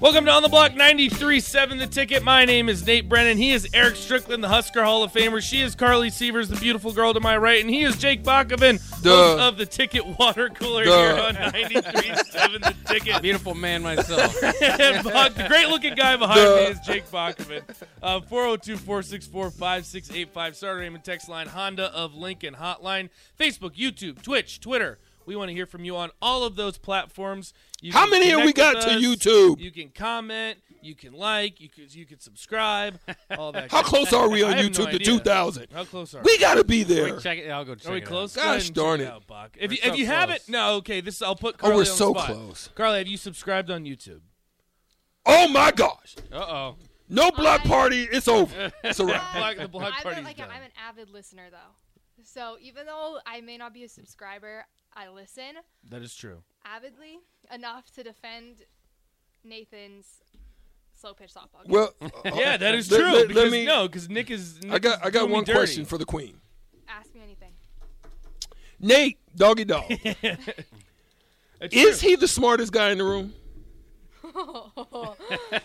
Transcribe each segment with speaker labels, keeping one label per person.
Speaker 1: Welcome to On the Block 93.7 The Ticket. My name is Nate Brennan. He is Eric Strickland, the Husker Hall of Famer. She is Carly Severs, the beautiful girl to my right. And he is Jake Bakovin, host
Speaker 2: Duh.
Speaker 1: of The Ticket Water Cooler
Speaker 2: Duh.
Speaker 1: here on 93.7 The Ticket.
Speaker 3: Beautiful man myself.
Speaker 1: And Bach- the great looking guy behind
Speaker 2: Duh.
Speaker 1: me is Jake Um, Bakovin. 402 464 5685. Starter name and text line Honda of Lincoln Hotline. Facebook, YouTube, Twitch, Twitter. We want to hear from you on all of those platforms. You
Speaker 2: How
Speaker 1: can
Speaker 2: many have we
Speaker 1: connect
Speaker 2: got
Speaker 1: with
Speaker 2: to
Speaker 1: us.
Speaker 2: YouTube?
Speaker 1: You can comment. You can like. You can, you can subscribe. All that.
Speaker 2: How
Speaker 1: good-
Speaker 2: close are we on
Speaker 1: I have no
Speaker 2: YouTube to
Speaker 1: idea.
Speaker 2: 2000?
Speaker 1: How close are we?
Speaker 2: We got to be there.
Speaker 3: Wait, check it. I'll go check
Speaker 1: Are we
Speaker 3: it out.
Speaker 1: close? Go
Speaker 2: Gosh
Speaker 1: ahead and check
Speaker 2: darn it.
Speaker 1: Bach. If, you,
Speaker 3: We're
Speaker 1: if
Speaker 3: so
Speaker 1: you haven't,
Speaker 3: close.
Speaker 1: no. Okay, this I'll put.
Speaker 2: Oh,
Speaker 1: Carly
Speaker 2: we're
Speaker 1: on the
Speaker 2: so
Speaker 1: spot.
Speaker 2: close.
Speaker 1: Carly, have you subscribed on YouTube?
Speaker 2: Oh my gosh.
Speaker 3: Uh-oh.
Speaker 2: No block party. It's over. It's a wrap.
Speaker 1: Block- the block
Speaker 4: I'm, a-
Speaker 1: party's
Speaker 4: like,
Speaker 1: done.
Speaker 4: I'm an avid listener though, so even though I may not be a subscriber, I listen
Speaker 1: That is true.
Speaker 4: avidly enough to defend Nathan's slow pitch softball. game.
Speaker 2: Well, uh,
Speaker 1: Yeah, that is
Speaker 2: let-
Speaker 1: true.
Speaker 2: let- let
Speaker 1: because
Speaker 2: me-
Speaker 1: no, because Nick is. Nick
Speaker 2: I
Speaker 1: is
Speaker 2: got I
Speaker 1: doing
Speaker 2: got
Speaker 1: me
Speaker 2: one
Speaker 1: dirty.
Speaker 2: question for the queen.
Speaker 4: Ask me anything.
Speaker 2: Nate, doggy dog.
Speaker 1: It's
Speaker 2: is
Speaker 1: true.
Speaker 2: he the smartest guy in the room?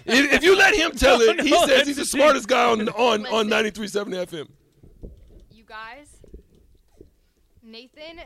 Speaker 2: if, if you let him tell it, he
Speaker 1: No, no,
Speaker 2: says he's the
Speaker 1: that's-
Speaker 2: smartest guy on on on
Speaker 4: Listen.
Speaker 2: 93.7 FM.
Speaker 4: You guys, Nathan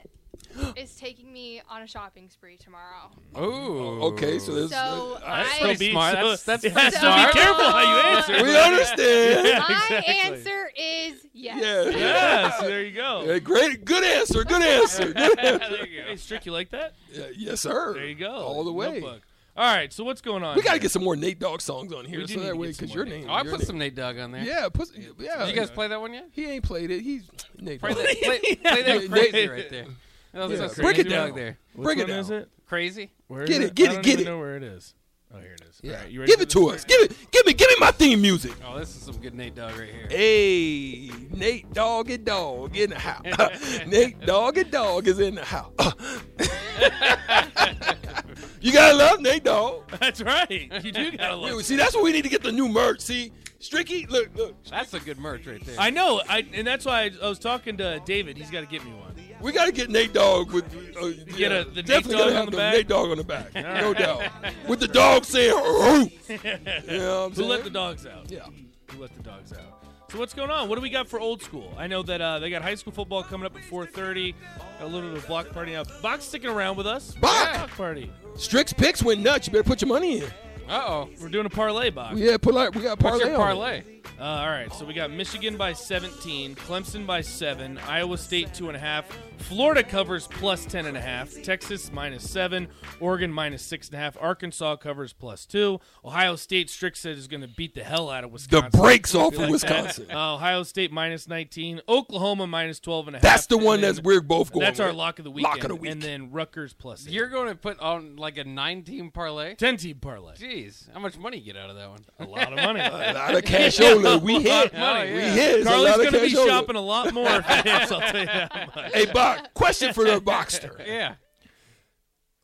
Speaker 4: is taking me on a shopping spree tomorrow.
Speaker 3: Oh. Ooh.
Speaker 2: Oh, Okay, so there's
Speaker 4: So I,
Speaker 3: pretty
Speaker 1: be-
Speaker 3: smart.
Speaker 1: so-
Speaker 3: That's- that's
Speaker 1: yeah,
Speaker 3: pretty
Speaker 1: so
Speaker 3: smart.
Speaker 1: be careful how you answer.
Speaker 2: we understand.
Speaker 4: my
Speaker 1: exactly.
Speaker 4: answer is yes.
Speaker 2: Yes.
Speaker 1: yes, there you go.
Speaker 2: Yeah, great, good answer. Good answer. Good answer.
Speaker 1: There you go. Hey, Strick, you like that?
Speaker 2: Yeah, yes, sir.
Speaker 1: There you go.
Speaker 2: All the way.
Speaker 1: Notebook. All right, so what's going on?
Speaker 2: We gotta
Speaker 1: here?
Speaker 2: get some more Nate Dogg songs on here,
Speaker 1: We do
Speaker 2: so
Speaker 1: need to
Speaker 2: that way,
Speaker 1: get some
Speaker 2: because
Speaker 1: more
Speaker 2: your
Speaker 1: Nate
Speaker 2: name.
Speaker 3: Oh, I
Speaker 2: your
Speaker 3: put
Speaker 2: name-
Speaker 3: some Nate Dogg on there.
Speaker 2: Yeah, put. some- Yeah.
Speaker 3: Did you guys play that one yet?
Speaker 2: He ain't played it. He's Nate.
Speaker 3: Play
Speaker 2: Dogg.
Speaker 3: that, play, play that
Speaker 2: Yeah,
Speaker 3: crazy
Speaker 2: Nate-
Speaker 3: right there. That was
Speaker 2: Yeah,
Speaker 3: so
Speaker 2: break
Speaker 3: crazy.
Speaker 2: it down.
Speaker 3: Dogg there.
Speaker 1: Which
Speaker 2: Break it
Speaker 1: one
Speaker 2: down.
Speaker 1: Is it?
Speaker 3: Crazy.
Speaker 1: Where
Speaker 2: Get
Speaker 1: is
Speaker 2: it, get
Speaker 1: I
Speaker 2: it,
Speaker 1: don't
Speaker 2: get
Speaker 1: even
Speaker 2: it.
Speaker 1: Know where it is? Oh, here it is.
Speaker 2: Yeah.
Speaker 1: All right, you ready
Speaker 2: give
Speaker 1: for
Speaker 2: it
Speaker 1: this
Speaker 2: to
Speaker 1: one?
Speaker 2: us. Give it. Give me. Give me my theme music.
Speaker 3: Oh, this is some good Nate Dogg right here.
Speaker 2: Hey, Nate Dogg and Dog in the house. Nate Dogg and Dog is in the house. you gotta love Nate Dogg.
Speaker 1: That's right. You do gotta
Speaker 2: Yeah,
Speaker 1: look.
Speaker 2: see, that's what we need to get the new merch. See, Stricky, look, look.
Speaker 3: That's a good merch right there.
Speaker 1: I know, I, and that's why I, I was talking to David. He's got to get me one.
Speaker 2: We gotta get Nate Dogg with uh,
Speaker 1: Get a- the Nate Dogg
Speaker 2: definitely gotta
Speaker 1: on
Speaker 2: have
Speaker 1: the back?
Speaker 2: Nate Dogg on the back, no doubt. With the dog saying, "Roo." you know what I'm
Speaker 1: Who let the
Speaker 2: saying?
Speaker 1: dogs out?
Speaker 2: Yeah.
Speaker 1: Who let the dogs out? So what's going on? What do we got for old school? I know that uh, they got high school football coming up at 4:30. A little bit of block party now. Box sticking around with us.
Speaker 2: Bach!
Speaker 1: block party.
Speaker 2: Strix picks went nuts. You better put your money in.
Speaker 3: Uh-oh.
Speaker 1: We're doing a parlay box.
Speaker 2: Yeah, put like we got parlay.
Speaker 3: What's your
Speaker 2: on it.
Speaker 3: parlay?
Speaker 1: Uh, all right. So we got Michigan by 17, Clemson by seven, Iowa State two and a half, Florida covers plus ten and a half, Texas minus seven, Oregon minus six and a half, Arkansas covers plus two, Ohio State. Strick said is going to beat the hell out of
Speaker 2: The
Speaker 1: Wisconsin.
Speaker 2: brakes off of
Speaker 1: like that.
Speaker 2: Wisconsin.
Speaker 1: Uh, Ohio State minus 19, Oklahoma minus 12 and a half.
Speaker 2: That's the
Speaker 1: and
Speaker 2: one
Speaker 1: then-
Speaker 2: that's we're both going.
Speaker 1: That's our
Speaker 2: with.
Speaker 1: lock of the week.
Speaker 2: Lock of the week.
Speaker 1: And then Rutgers plus eight.
Speaker 3: You're going to put on like a nine-team parlay?
Speaker 1: 10 team parlay.
Speaker 3: Jeez, how much money you get out of that one?
Speaker 1: A lot of money.
Speaker 2: A lot of cashola. We hit.
Speaker 1: of money.
Speaker 2: We
Speaker 3: Yeah.
Speaker 2: hit. It's a
Speaker 1: Carly's
Speaker 2: lot of
Speaker 1: going to be
Speaker 2: cashola.
Speaker 1: shopping a lot more for this, I'll tell you that much.
Speaker 2: Hey, Bach, question for the Boxster.
Speaker 3: Yeah.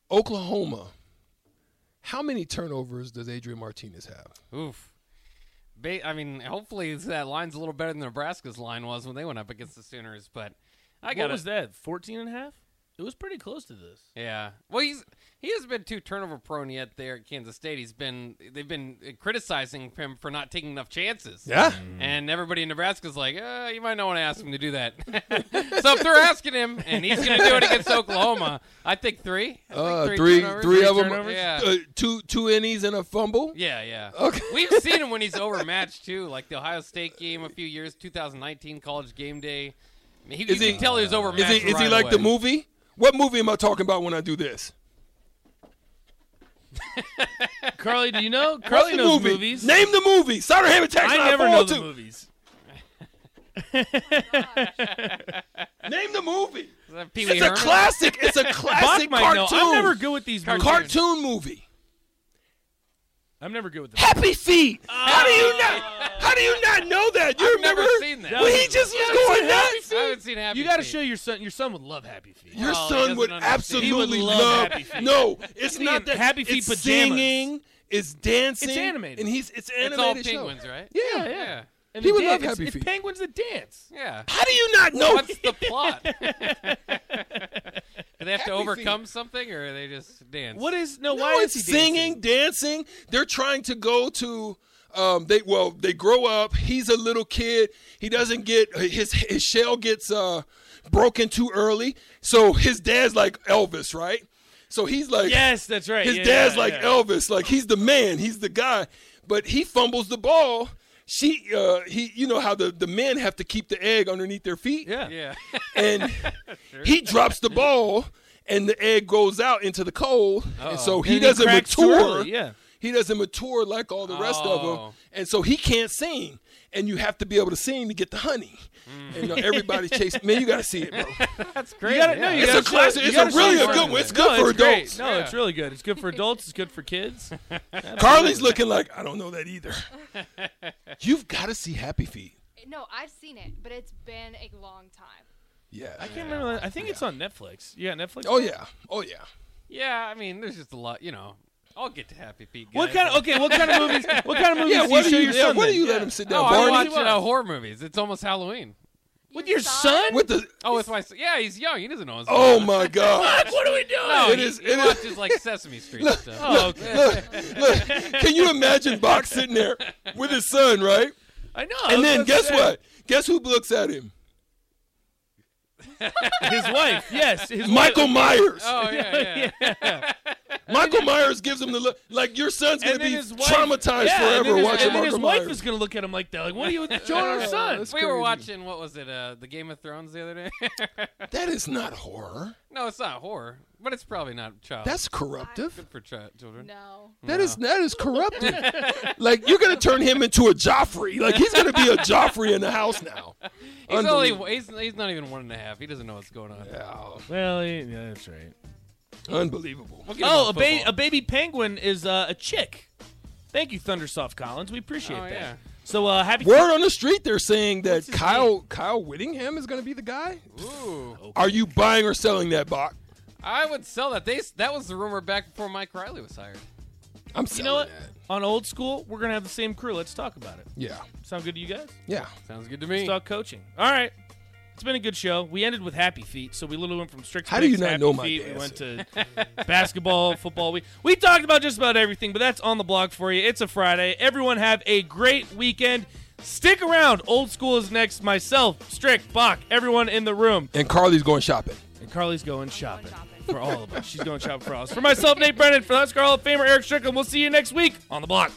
Speaker 2: Oklahoma, how many turnovers does Adrian Martinez have?
Speaker 3: Oof. Ba- I mean, hopefully that line's a little better than Nebraska's line was when they went up against the Sooners, but I got
Speaker 1: What was that, 14 and a half? It was pretty close to this.
Speaker 3: Yeah. Well, he's he has been too turnover prone yet there at Kansas State. He's been they've been criticizing him for not taking enough chances.
Speaker 2: Yeah. Mm.
Speaker 3: And everybody in Nebraska's like, uh, you might not want to ask him to do that. so if they're asking him and he's going to do it against Oklahoma, I think three. I think
Speaker 2: Uh, three,
Speaker 3: turnovers.
Speaker 2: three of them.
Speaker 3: turnovers. Yeah.
Speaker 2: Uh, two, two innies and a fumble.
Speaker 3: Yeah, yeah.
Speaker 2: Okay.
Speaker 3: We've seen him when he's overmatched too, like the Ohio State game a few years, 2019 College Game Day. I mean, he,
Speaker 2: Is
Speaker 3: you
Speaker 2: he-
Speaker 3: can tell he was overmatched.
Speaker 2: Is he, is he
Speaker 3: right
Speaker 2: like the
Speaker 3: away.
Speaker 2: movie? What movie am I talking about when I do this?
Speaker 1: Carly, do you know?
Speaker 2: What's
Speaker 1: Carly
Speaker 2: the
Speaker 1: knows
Speaker 2: movie?
Speaker 1: movies.
Speaker 2: Name the movie. Saturday Hammer Tax
Speaker 1: I
Speaker 2: Line
Speaker 1: never know
Speaker 2: 402.
Speaker 1: the movies.
Speaker 2: Name the movie.
Speaker 3: Is that Pee Wee
Speaker 2: It's a
Speaker 3: Herman?
Speaker 2: classic. It's a
Speaker 1: Bach
Speaker 2: classic
Speaker 1: might
Speaker 2: cartoon.
Speaker 1: know. I'm never good with these movies.
Speaker 2: cartoon movie.
Speaker 1: I'm never good with them.
Speaker 2: Happy Feet. How do you not? How do you not know that? You
Speaker 3: I've
Speaker 2: remember?
Speaker 3: never seen that.
Speaker 2: Well, he just was going nuts.
Speaker 3: I haven't seen Happy
Speaker 1: You got to
Speaker 3: Feet.
Speaker 1: show your son. Your son would love Happy Feet.
Speaker 2: Your
Speaker 3: Oh, he
Speaker 2: son would
Speaker 3: doesn't understand.
Speaker 1: He would
Speaker 2: absolutely
Speaker 1: love
Speaker 2: love.
Speaker 1: Happy Feet.
Speaker 2: No, it's
Speaker 1: He's in
Speaker 2: not that.
Speaker 1: Happy Feet
Speaker 2: it's
Speaker 1: pajamas.
Speaker 2: singing. It's dancing.
Speaker 1: It's animated.
Speaker 2: And he's it's
Speaker 3: It's
Speaker 2: animated.
Speaker 3: all
Speaker 2: show.
Speaker 3: penguins, right?
Speaker 2: Yeah.
Speaker 3: Yeah.
Speaker 1: And
Speaker 2: He
Speaker 1: the
Speaker 2: would love
Speaker 1: dance.
Speaker 2: Happy
Speaker 1: It's- it's
Speaker 2: Feet.
Speaker 1: Penguins that dance.
Speaker 3: Yeah.
Speaker 2: How do you not know?
Speaker 3: What's the plot? Do they have
Speaker 2: Happy
Speaker 3: to
Speaker 2: Feet.
Speaker 3: overcome something, or they just dance?
Speaker 1: What is no?
Speaker 2: No,
Speaker 1: why
Speaker 2: it's
Speaker 1: is he
Speaker 2: singing, dancing. They're trying to go to. Um, they well, they grow up. He's a little kid. He doesn't get his his shell gets uh, broken too early. So his dad's like Elvis, right? So he's like
Speaker 1: Yes, that's right.
Speaker 2: his
Speaker 1: Yeah,
Speaker 2: dad's
Speaker 1: yeah,
Speaker 2: like oh,
Speaker 1: yeah.
Speaker 2: Elvis, like he's the man, he's the guy. But he fumbles the ball. She, uh, he, you know how the the men have to keep the egg underneath their feet.
Speaker 1: Yeah.
Speaker 3: Yeah.
Speaker 2: and he drops the ball and the egg goes out into the cold and so
Speaker 1: Oh.
Speaker 2: he
Speaker 1: And
Speaker 2: doesn't
Speaker 1: cracks too
Speaker 2: mature
Speaker 1: early, Yeah.
Speaker 2: he doesn't mature like all the rest of them
Speaker 3: Oh.
Speaker 2: and so he can't sing and you have to be able to sing to get the honey
Speaker 1: Mm.
Speaker 2: and uh, everybody chasing man you gotta see it bro
Speaker 3: That's great.
Speaker 1: You gotta- no, you
Speaker 2: it's
Speaker 1: gotta
Speaker 2: a
Speaker 1: show-
Speaker 2: classic
Speaker 1: you
Speaker 2: it's
Speaker 1: gotta
Speaker 2: a
Speaker 1: show
Speaker 2: really a
Speaker 1: your
Speaker 3: part
Speaker 2: good
Speaker 3: of
Speaker 2: one
Speaker 3: it.
Speaker 2: it's good
Speaker 1: no,
Speaker 2: for
Speaker 1: it's great.
Speaker 2: adults
Speaker 1: No, it's
Speaker 3: Yeah.
Speaker 1: really good. It's good for adults. It's good for kids.
Speaker 2: carly's looking like i don't know that either you've gotta see happy feet
Speaker 4: No, I've seen it, but it's been a long time.
Speaker 2: yeah
Speaker 1: I can't remember. that- I think it's on Netflix. You got Netflix?
Speaker 2: oh yeah oh yeah
Speaker 3: Yeah, I mean, there's just a lot. You know, I'll get to Happy Feet.
Speaker 1: What
Speaker 3: guys.
Speaker 1: kind of okay? What kind of movies? What kind of movies
Speaker 2: yeah
Speaker 1: do
Speaker 2: what
Speaker 1: you
Speaker 2: do
Speaker 1: show
Speaker 2: you,
Speaker 1: your
Speaker 2: yeah,
Speaker 1: son?
Speaker 2: what do
Speaker 1: then?
Speaker 2: you let
Speaker 1: Yeah. Oh,
Speaker 2: him sit
Speaker 3: No,
Speaker 2: down
Speaker 3: I
Speaker 2: Oh, barney
Speaker 3: watch uh, horror movies. It's almost Halloween.
Speaker 1: With your son?
Speaker 2: with the
Speaker 3: Oh, with my son. Yeah, he's young. He doesn't know his
Speaker 2: oh my god
Speaker 1: What are we doing?
Speaker 3: No,
Speaker 2: It
Speaker 3: he,
Speaker 2: is-
Speaker 3: he
Speaker 2: it is-
Speaker 3: watches like Sesame Street and stuff.
Speaker 1: Oh, okay.
Speaker 2: look, look, can you imagine Bach sitting there with his son, right?
Speaker 1: I know.
Speaker 2: And
Speaker 1: I
Speaker 2: then
Speaker 1: was
Speaker 2: guess
Speaker 1: gonna
Speaker 2: what? Guess who looks at him?
Speaker 1: say, His wife. Yes. His
Speaker 2: Michael
Speaker 1: Wife.
Speaker 2: Myers.
Speaker 3: Oh, yeah, yeah.
Speaker 2: Michael Myers gives him the look. Like your son's gonna
Speaker 1: And then
Speaker 2: be
Speaker 1: his wife-
Speaker 2: traumatized
Speaker 1: Yeah, and
Speaker 2: forever
Speaker 1: then his,
Speaker 2: watching
Speaker 1: and then his
Speaker 2: Michael
Speaker 1: wife
Speaker 2: Myers.
Speaker 1: is gonna look at him like that. Like, what are you showing our son?
Speaker 2: That's
Speaker 3: we
Speaker 2: crazy.
Speaker 3: were watching what was it? Uh, the Game of Thrones the other day.
Speaker 2: That is not horror.
Speaker 3: no, it's not horror, but it's probably not child.
Speaker 2: That's corruptive.
Speaker 3: good for chi- children.
Speaker 4: No.
Speaker 2: That is that is corruptive. like you're gonna turn him into a Joffrey. Like he's gonna be a Joffrey in the house now.
Speaker 3: He's only
Speaker 2: Unbelievable.
Speaker 3: he's, he's not even one and a half. He doesn't know what's going on.
Speaker 2: Wow.
Speaker 1: Well, yeah, that's right.
Speaker 2: Unbelievable.
Speaker 3: We'll get him
Speaker 1: Oh,
Speaker 3: on
Speaker 1: a, ba-
Speaker 3: football.
Speaker 1: a baby penguin is uh, a chick. Thank you, Thundersoft Collins. We appreciate
Speaker 3: Oh,
Speaker 1: that.
Speaker 3: yeah.
Speaker 1: So uh, happy.
Speaker 2: Word on the street, they're saying that
Speaker 1: What's his
Speaker 2: Kyle Kyle Whittingham is gonna be the guy.
Speaker 3: Ooh,
Speaker 2: Are you buying or selling that, Bach?
Speaker 3: I would sell that. They s- that was the rumor back before Mike Riley was hired.
Speaker 2: I'm
Speaker 1: you
Speaker 2: selling
Speaker 1: know what?
Speaker 2: that.
Speaker 1: On old school, we're gonna have the same crew. Let's talk about it.
Speaker 2: Yeah,
Speaker 1: Sound good to you guys?
Speaker 2: yeah.
Speaker 3: Sounds good to me.
Speaker 1: Let's talk coaching. All right. It's been a good show. We ended with Happy Feet, so we literally went from strict.
Speaker 2: How do you
Speaker 1: Picks,
Speaker 2: not
Speaker 1: Happy
Speaker 2: know my
Speaker 1: feet. We went to basketball, football. We we talked about just about everything, but that's on the blog for you. It's a Friday. Everyone have a great weekend. Stick around. Old school is next. Myself, Strick, Bach, everyone in the room,
Speaker 2: And Carly's going shopping.
Speaker 1: and Carly's going shopping
Speaker 4: shopping.
Speaker 1: for all of us. She's going shopping for us. For myself, Nate Brennan, for the Husker Hall of Famer Eric Strickland. We'll see you next week on the block.